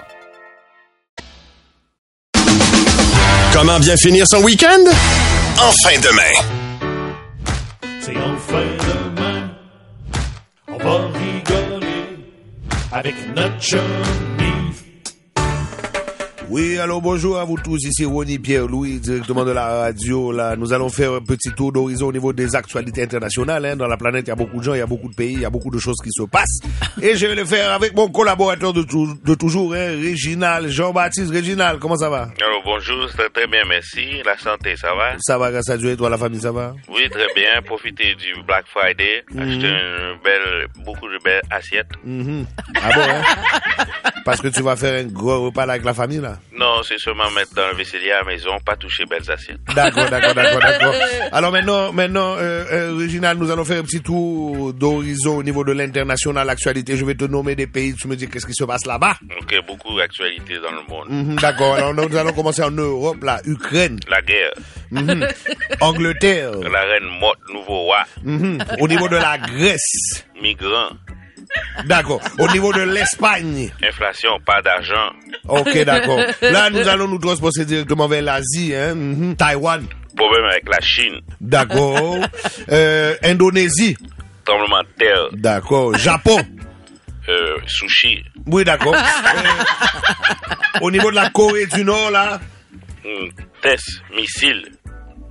[SPEAKER 5] Comment bien finir son week-end? En fin de main.
[SPEAKER 10] C'est enfin demain. On va rigoler avec notre chummy.
[SPEAKER 6] Oui, alors bonjour à vous tous, ici Ronnie Pierre-Louis, directement de la radio. Là, nous allons faire un petit tour d'horizon au niveau des actualités internationales. hein. Dans la planète, il y a beaucoup de gens, il y a beaucoup de pays, il y a beaucoup de choses qui se passent. Et je vais le faire avec mon collaborateur de, tou- de toujours, hein, Réginal, Jean-Baptiste. Réginal, comment ça va
[SPEAKER 11] Alors, bonjour, c'est très bien, merci. La santé, ça va?
[SPEAKER 6] Ça va, grâce à Dieu et toi, la famille, ça va
[SPEAKER 11] Oui, très bien. Profitez du Black Friday.
[SPEAKER 8] Hmm.
[SPEAKER 6] Mhm.
[SPEAKER 11] Achetez un bel, beaucoup de belles assiettes.
[SPEAKER 6] Mhm. Ah bon, hein Parce que tu vas faire un gros repas là avec la famille, là
[SPEAKER 11] Non, c'est seulement mettre dans le vaisselier à la maison, pas toucher belles assiettes.
[SPEAKER 6] D'accord, d'accord, d'accord, d'accord. Alors maintenant, maintenant, euh, euh, Réginald, nous allons faire un petit tour d'horizon au niveau de l'international, l'actualité. Je vais te nommer des pays, tu me dis qu'est-ce qui se passe là-bas.
[SPEAKER 11] Donc, beaucoup d'actualités dans le monde.
[SPEAKER 6] Mhm, d'accord, alors nous allons commencer en Europe, là, Ukraine,
[SPEAKER 11] La guerre.
[SPEAKER 6] Mhm. Angleterre,
[SPEAKER 11] La reine morte, nouveau roi.
[SPEAKER 6] Mhm. au niveau de la Grèce,
[SPEAKER 11] Migrants.
[SPEAKER 6] d'accord, au niveau de l'Espagne.
[SPEAKER 11] Inflation, pas d'argent.
[SPEAKER 6] Ok, d'accord. Là, nous allons nous transposer directement vers l'Asie, hein, mhm, Taïwan,
[SPEAKER 11] Problème avec la Chine.
[SPEAKER 6] d'accord, Euh, Indonésie,
[SPEAKER 11] Tremblement de terre.
[SPEAKER 6] d'accord, Japon.
[SPEAKER 11] Euh, sushi.
[SPEAKER 6] Oui, d'accord. Euh, au niveau de la Corée du Nord, là.
[SPEAKER 11] Mhm. Test, missile.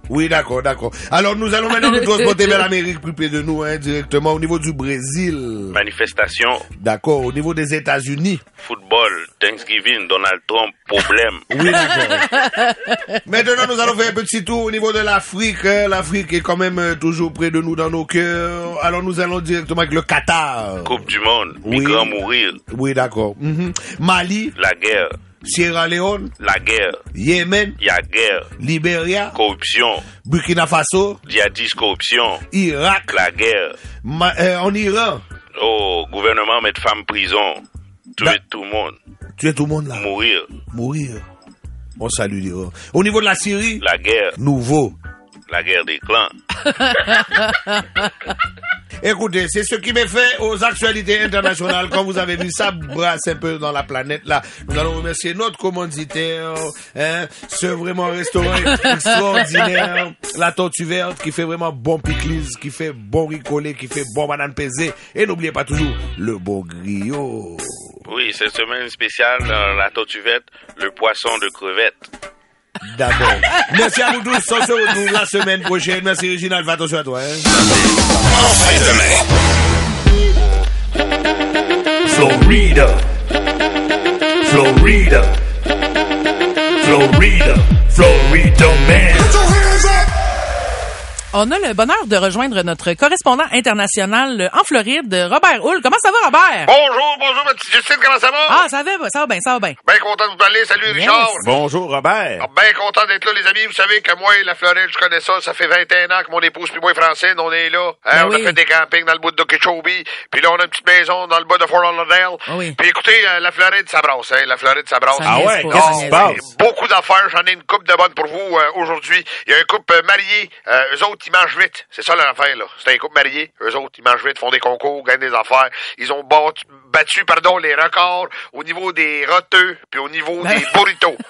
[SPEAKER 6] Oui, d'accord, d'accord. Alors, nous allons maintenant nous transporter vers l'Amérique plus près de nous, hein, directement. Au niveau du Brésil.
[SPEAKER 11] Manifestation.
[SPEAKER 6] D'accord. Au niveau des États-Unis.
[SPEAKER 11] Football. Thanksgiving. Donald Trump. Problème.
[SPEAKER 6] Oui, d'accord. Maintenant, nous allons faire un petit tour au niveau de l'Afrique. hein. L'Afrique est quand même euh, toujours près de nous, dans nos cœurs. Alors, nous allons directement avec le Qatar.
[SPEAKER 11] Coupe du monde. Migrants mourir.
[SPEAKER 6] Oui, d'accord. Mhm. Mali,
[SPEAKER 11] La guerre.
[SPEAKER 6] Sierra Leone,
[SPEAKER 11] La guerre.
[SPEAKER 6] Yémen,
[SPEAKER 11] Il y a guerre.
[SPEAKER 6] Libéria,
[SPEAKER 11] Corruption.
[SPEAKER 6] Burkina Faso,
[SPEAKER 11] Djihadiste, corruption.
[SPEAKER 6] Irak,
[SPEAKER 11] La guerre.
[SPEAKER 6] Ma- euh, en Iran.
[SPEAKER 11] Oh, gouvernement mettre femme prison.
[SPEAKER 7] Bah.
[SPEAKER 11] Tuer tout le monde.
[SPEAKER 6] Tuer tout le monde là.
[SPEAKER 11] Mourir.
[SPEAKER 6] Mourir. On salue l'Iran. Au niveau de la Syrie,
[SPEAKER 11] La guerre.
[SPEAKER 6] nouveau.
[SPEAKER 11] La guerre des clans.
[SPEAKER 6] Écoutez, c'est ce qui me fait aux actualités internationales. Comme vous avez vu, ça brasse un peu dans la planète là. Nous allons remercier notre commanditaire. Hein, ce vraiment restaurant extraordinaire. La tortue verte qui fait vraiment bon piclis, qui fait bon ricolé, qui fait bon banane pesée. Et n'oubliez pas toujours le bon griot.
[SPEAKER 11] Oui, cette semaine spéciale, dans la tortuvette, le poisson de crevette.
[SPEAKER 6] D'abord. Merci à vous tous. On se retrouve la semaine prochaine. Merci, Réginald. Fais attention à toi. hein.
[SPEAKER 10] Florida. Florida. Florida. Florida man.
[SPEAKER 7] On a le bonheur de rejoindre notre correspondant international en Floride, Robert Hull. Comment ça va, Robert?
[SPEAKER 12] Bonjour, bonjour, ma petite Justine, comment ça va?
[SPEAKER 7] Ah, ça va, ça va bien, ça va bien.
[SPEAKER 12] Bien content de vous parler. Salut,
[SPEAKER 7] Yes.
[SPEAKER 12] Richard.
[SPEAKER 8] Bonjour, Robert.
[SPEAKER 12] Ah, Bien content d'être là, les amis. Vous savez que moi et la Floride, je connais ça. Ça fait 21 ans que mon épouse puis moi et Francine, on est là. Hein,
[SPEAKER 7] Ben
[SPEAKER 12] on
[SPEAKER 7] oui.
[SPEAKER 12] a fait des campings dans le bout de Okeechobee. Puis là, on a une petite maison dans le bas de Fort Lauderdale.
[SPEAKER 7] Ah oui.
[SPEAKER 12] Puis écoutez, euh, la Floride, ça brasse. Hein, la Floride, ça brasse.
[SPEAKER 7] Ça Ah niaise ouais, pas, qu'est-ce ça qui se
[SPEAKER 12] Non,
[SPEAKER 7] passe?
[SPEAKER 12] Beaucoup d'affaires. J'en ai une coupe de bonnes pour vous euh, aujourd'hui. Il y a un couple euh, marié. Euh, eux autres, ils mangent vite. C'est ça l'affaire, là. C'est un couple marié. Eux autres, ils mangent vite, font des concours, gagnent des affaires. Ils ont battu, battu pardon, les records au niveau des roteux puis au niveau
[SPEAKER 7] Ben
[SPEAKER 12] des burritos.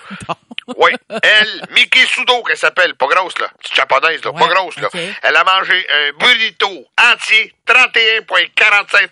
[SPEAKER 12] Oui, elle, Mickey Sudo, qu'elle s'appelle, pas grosse, là. Petite japonaise, là, pas grosse, là. Elle a mangé un burrito entier, 31,45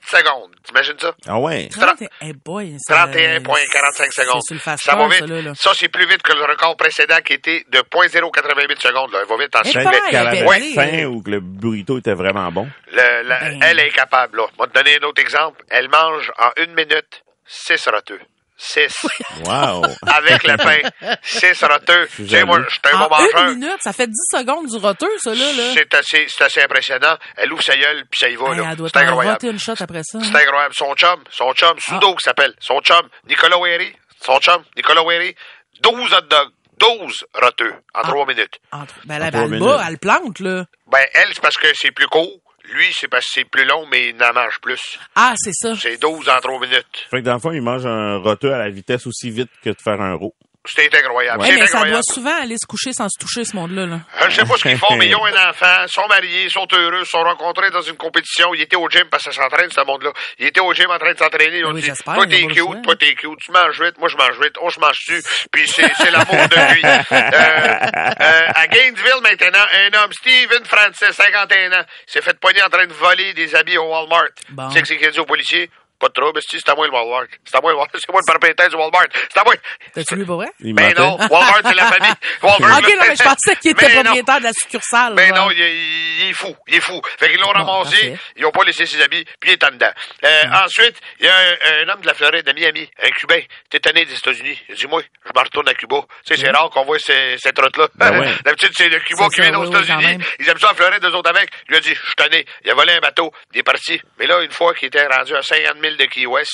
[SPEAKER 12] secondes. T'imagines ça?
[SPEAKER 8] Ah ouais.
[SPEAKER 7] 30... Eh boy, ça-
[SPEAKER 12] 31,45
[SPEAKER 7] Euh, c'est
[SPEAKER 12] secondes.
[SPEAKER 7] sur le fast
[SPEAKER 12] ça va
[SPEAKER 7] car,
[SPEAKER 12] vite.
[SPEAKER 7] ça,
[SPEAKER 12] Ça,
[SPEAKER 7] là, là.
[SPEAKER 12] c'est plus vite que le record précédent qui était de 0.088 secondes. Là. Elle va vite en
[SPEAKER 8] Je
[SPEAKER 12] six
[SPEAKER 8] être
[SPEAKER 12] minutes.
[SPEAKER 8] qu'à la
[SPEAKER 12] Ouais.
[SPEAKER 8] fin ou que le burrito était vraiment bon.
[SPEAKER 12] Le- la-
[SPEAKER 7] Ben.
[SPEAKER 12] Elle est capable, là. Je vais te donner un autre exemple. Elle mange en une minute 6 roteux. 6.
[SPEAKER 8] Wow.
[SPEAKER 12] Avec le pain. 6 roteux.
[SPEAKER 8] Je suis
[SPEAKER 12] Tu sais, moi,
[SPEAKER 8] jaloux.
[SPEAKER 12] je suis un bon
[SPEAKER 7] en
[SPEAKER 12] mangeur.
[SPEAKER 7] Ah, une minute, ça fait 10 secondes du retour, ça, là. là.
[SPEAKER 12] C'est assez, c'est assez impressionnant. Elle ouvre sa gueule, puis ça y va.
[SPEAKER 7] Hey,
[SPEAKER 12] là.
[SPEAKER 7] elle doit
[SPEAKER 12] C'est
[SPEAKER 7] t'en
[SPEAKER 12] incroyable.
[SPEAKER 7] voter une shot après ça. hein.
[SPEAKER 12] C'est incroyable. Son chum, son
[SPEAKER 7] Ah.
[SPEAKER 12] chum, Sudo qui s'appelle, son chum, Nicolas Wery, son chum, Nicolas Wery, 12 hot dogs, 12 roteux
[SPEAKER 7] Ah.
[SPEAKER 12] en 3 minutes.
[SPEAKER 7] Entre- Ben, là,
[SPEAKER 12] trois
[SPEAKER 7] ben, elle
[SPEAKER 12] minutes.
[SPEAKER 7] bat, elle plante, là.
[SPEAKER 12] Ben, elle, c'est parce que c'est plus court. Lui, c'est parce que c'est plus long, mais il n'en mange plus.
[SPEAKER 7] Ah, c'est ça.
[SPEAKER 12] C'est 12 en 3 minutes.
[SPEAKER 8] Fait que dans le fond, il mange un roteux à la vitesse aussi vite que de faire un rot.
[SPEAKER 12] C'est incroyable.
[SPEAKER 7] Eh,
[SPEAKER 12] C'est
[SPEAKER 7] mais ça
[SPEAKER 12] incroyable.
[SPEAKER 7] doit souvent aller se coucher sans se toucher, ce monde-là. Là.
[SPEAKER 12] Je sais pas ce qu'ils font, mais ils ont un enfant, sont mariés, sont heureux, sont rencontrés dans une compétition. Ils étaient au gym parce que ça s'entraîne, ce monde-là. Ils étaient au gym en train de s'entraîner. Ils ont dit, toi t'es cute, toi t'es cute, tu manges vite, moi je mange vite, on se mange dessus. Puis c'est c'est l'amour de lui. Euh, euh, à Gainesville maintenant, un homme, Steven Francis, 51 ans, s'est fait pogner en train de voler des habits au Walmart.
[SPEAKER 7] Bon.
[SPEAKER 12] Tu sais que c'est qu'il a dit aux policiers? Pas de trouble, esti, c'est à moi le Walmart. C'est à moi le Walmart. C'est moi le perpétuel du Walmart. C'est à moi.
[SPEAKER 7] T'as-tu lu, pas vrai?
[SPEAKER 12] Ben non, Walmart, c'est la famille. Walmart, là,
[SPEAKER 7] OK, non, mais je pensais qu'il était
[SPEAKER 12] Mais non.
[SPEAKER 7] propriétaire de la succursale.
[SPEAKER 12] Ben
[SPEAKER 7] là.
[SPEAKER 12] non, il, il- il est fou, il est fou. Fait qu'ils l'ont ramassé, ils ont pas laissé ses habits, puis il est en dedans. Euh,
[SPEAKER 8] Mm.
[SPEAKER 12] Ensuite, il y a un, un homme de la Floride, de Miami, un Cubain, tétané des États-Unis. Il dit, moi, je me retourne à Cuba. Tu sais, c'est rare qu'on voit ces- cette route-là.
[SPEAKER 8] Mm. Ben ouais.
[SPEAKER 12] D'habitude, c'est le Cuba
[SPEAKER 8] C'est
[SPEAKER 12] qui
[SPEAKER 8] ça,
[SPEAKER 12] vient aux
[SPEAKER 8] oui, oui, quand
[SPEAKER 12] États-Unis.
[SPEAKER 8] même.
[SPEAKER 12] Ils aiment ça en Floride, eux autres avec. Il lui a dit, je suis tanné. Il a volé un bateau, il est parti. Mais là, une fois qu'il était rendu à 50 000 de Key West,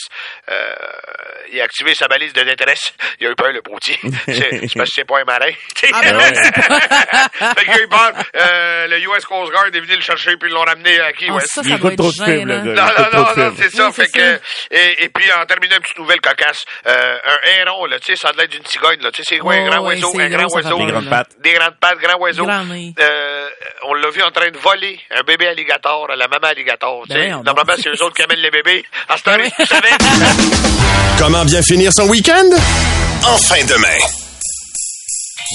[SPEAKER 12] euh, il a activé sa balise de détresse. Il a eu peur, le poutier. c'est c'est parce que c'est pas un marin.
[SPEAKER 8] Ah,
[SPEAKER 12] Fait qu'il a eu peur. Euh, le US Coast Guard est venu le chercher puis ils l'ont ramené à Key
[SPEAKER 8] Ah,
[SPEAKER 12] West.
[SPEAKER 8] ça, ça Il doit écoute être trop de films, gênant. le gars. Il
[SPEAKER 12] Non,
[SPEAKER 8] écoute
[SPEAKER 12] non,
[SPEAKER 8] trop de
[SPEAKER 12] non, non,
[SPEAKER 8] films.
[SPEAKER 12] c'est ça.
[SPEAKER 8] Oui,
[SPEAKER 12] fait
[SPEAKER 8] c'est
[SPEAKER 12] que, et, et puis, en terminant, une petite nouvelle cocasse. Euh, un héron, là, tu sais, ça a l'air d'une cigogne, là. Tu sais, c'est quoi, un
[SPEAKER 8] Ouais,
[SPEAKER 12] grand
[SPEAKER 8] ouais,
[SPEAKER 12] oiseau,
[SPEAKER 8] c'est
[SPEAKER 12] un grand
[SPEAKER 8] gros, ça fait
[SPEAKER 12] oiseau.
[SPEAKER 8] peur, Des grandes là. pattes.
[SPEAKER 12] Des grandes pattes, grand oiseau.
[SPEAKER 7] Grand nez.
[SPEAKER 12] Euh, on l'a vu en train de voler un bébé alligator à la maman alligator. tu
[SPEAKER 7] Ben
[SPEAKER 12] sais.
[SPEAKER 7] voyons donc.
[SPEAKER 12] Normalement, c'est eux autres qui amènent les bébés. À cette heure,
[SPEAKER 8] Ben
[SPEAKER 12] vous savez.
[SPEAKER 5] Comment bien finir son week-end? En fin de main.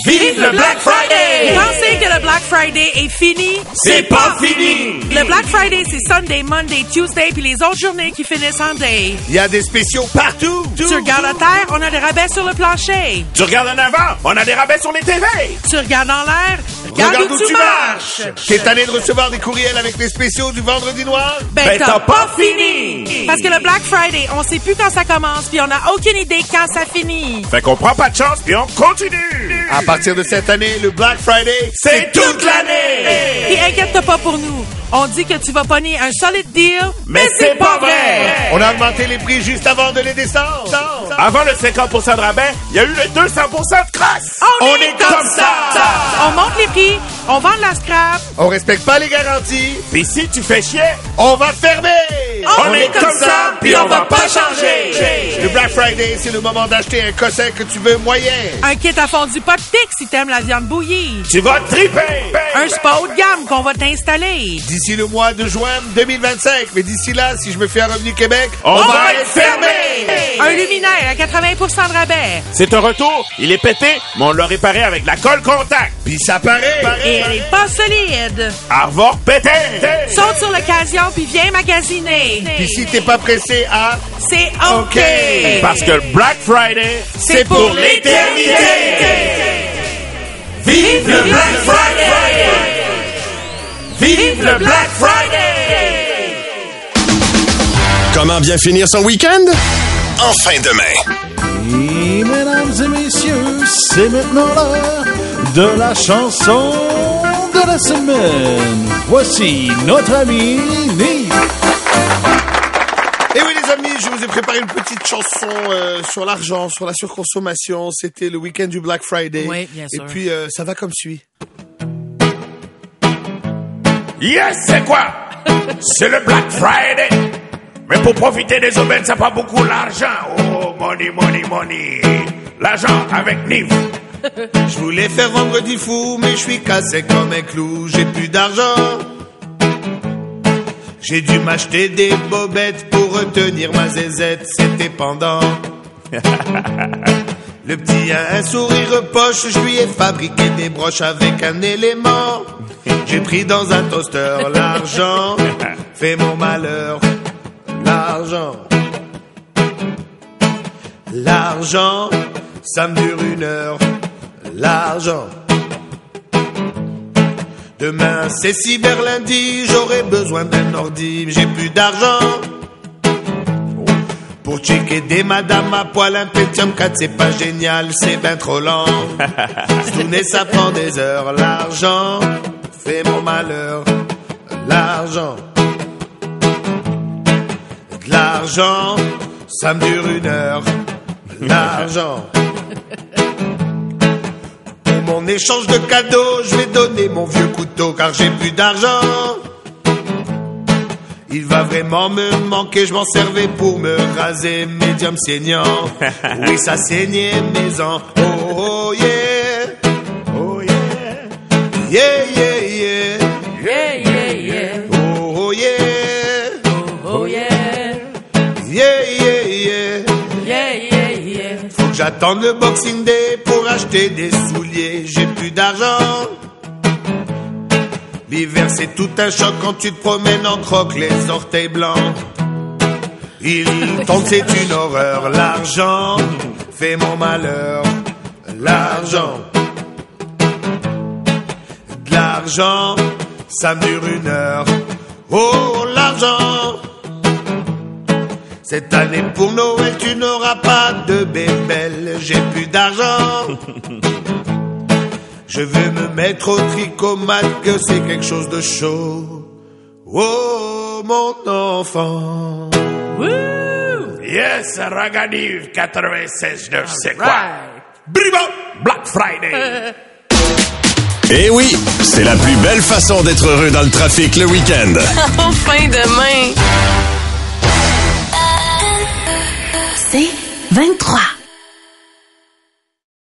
[SPEAKER 7] Vive le Black Friday! Pensez que le Black Friday est fini?
[SPEAKER 10] C'est pas fini!
[SPEAKER 7] Le Black Friday, c'est Sunday, Monday, Tuesday, puis les autres journées qui finissent en day.
[SPEAKER 6] Il y a des spéciaux partout.
[SPEAKER 7] tu regardes à terre, on a des rabais sur le plancher.
[SPEAKER 6] Tu regardes en avant, on a des rabais sur les TV.
[SPEAKER 7] Tu regardes en l'air, regarde, où, tu marches.
[SPEAKER 6] T'es tanné de recevoir des courriels avec les spéciaux du vendredi noir?
[SPEAKER 7] Ben, t'as pas fini! Parce que le Black Friday, on sait plus quand ça commence, puis on n'a aucune idée quand ça finit.
[SPEAKER 6] Fait qu'on prend pas de chance puis on continue. À partir de cette année, le Black Friday, c'est toute l'année.
[SPEAKER 7] Puis inquiète-toi pas pour nous. On dit que tu vas pogner un solide deal, mais, c'est pas vrai!
[SPEAKER 6] On a augmenté les prix juste avant de les descendre.
[SPEAKER 8] Avant le 50% de rabais, il y a eu le 200% de crasse.
[SPEAKER 7] On, est, comme ça. On monte les prix, on vend de la scrap.
[SPEAKER 6] On respecte pas les garanties.
[SPEAKER 8] Pis si tu fais chier,
[SPEAKER 6] on va fermer.
[SPEAKER 7] On est comme ça, puis on va pas changer.
[SPEAKER 6] Le Black Friday, c'est le moment d'acheter un cossin que tu veux moyen.
[SPEAKER 7] Un kit à fondu pas de tic si t'aimes la viande bouillie.
[SPEAKER 6] Tu vas triper.
[SPEAKER 7] Un spa haut de gamme qu'on va t'installer.
[SPEAKER 6] D'ici le mois de juin 2025. Mais d'ici là, si je me fais un revenu Québec,
[SPEAKER 8] On va
[SPEAKER 6] être
[SPEAKER 8] être
[SPEAKER 6] fermé.
[SPEAKER 7] Un luminaire à 80 de rabais.
[SPEAKER 8] C'est un retour, il est pété, mais on l'a réparé avec la colle contact.
[SPEAKER 6] Pis ça paraît.
[SPEAKER 7] Et elle est pas solide.
[SPEAKER 8] À revoir pété.
[SPEAKER 7] Saute sur l'occasion puis viens magasiner.
[SPEAKER 6] Puis si t'es pas pressé à...
[SPEAKER 7] C'est OK.
[SPEAKER 8] Parce que le Black Friday,
[SPEAKER 7] C'est pour l'éternité.
[SPEAKER 10] Vive le Black Friday! Vive le Black Friday!
[SPEAKER 5] Comment bien finir son week-end? En fin de main.
[SPEAKER 10] Et mesdames et messieurs, c'est maintenant l'heure de la chanson de la semaine. Voici notre ami Nick.
[SPEAKER 6] Et oui les amis, je vous ai préparé une petite chanson euh, sur l'argent, sur la surconsommation. C'était le week-end du Black Friday.
[SPEAKER 7] Oui, bien sûr.
[SPEAKER 6] Et puis euh, ça va comme suit.
[SPEAKER 10] Yes, c'est quoi C'est le Black Friday. Mais pour profiter des aubaines, c'est pas beaucoup l'argent. Oh, money, money, money. L'argent avec Niv.
[SPEAKER 6] Je voulais faire vendredi fou, mais je suis cassé comme un clou, j'ai plus d'argent. J'ai dû m'acheter des bobettes pour retenir ma zézette, c'était pendant. Le petit a un sourire poche, je lui ai fabriqué des broches avec un élément. J'ai pris dans un toaster l'argent, fait mon malheur, l'argent. L'argent, ça me dure une heure. L'argent. Demain, c'est cyberlundi, j'aurai besoin d'un ordi, j'ai plus d'argent. Pour checker des madames à poil, un Pentium 4, c'est pas génial, c'est ben trop lent. Tourner, ça prend des heures. L'argent fait mon malheur. L'argent. De l'argent, ça me dure une heure. L'argent. Pour mon échange de cadeaux, je vais donner mon vieux couteau car j'ai plus d'argent. Il va vraiment me manquer, je m'en servais pour me raser, médium saignant. Oui, ça saignait mes ans. Oh, oh yeah, oh yeah, yeah yeah yeah,
[SPEAKER 7] Yeah, yeah, yeah.
[SPEAKER 6] oh oh yeah,
[SPEAKER 7] Oh yeah.
[SPEAKER 6] yeah yeah yeah.
[SPEAKER 7] Yeah, yeah, yeah.
[SPEAKER 6] Faut que j'attende le Boxing Day pour acheter des souliers, j'ai plus d'argent. L'hiver c'est tout un choc quand tu te promènes en croque les orteils blancs. Il tombe, c'est une horreur, l'argent fait mon malheur, l'argent. De l'argent, ça me dure une heure, oh l'argent. Cette année pour Noël, tu n'auras pas de bébelle, j'ai plus d'argent. Je veux me mettre au tricomate, que c'est quelque chose de chaud. Oh mon enfant.
[SPEAKER 10] Yes, Raganiv 96.9, c'est quoi Brimo Black Friday
[SPEAKER 5] Eh oui, c'est la plus belle façon d'être heureux dans le trafic le week-end.
[SPEAKER 4] En fin de main.
[SPEAKER 13] C'est 23.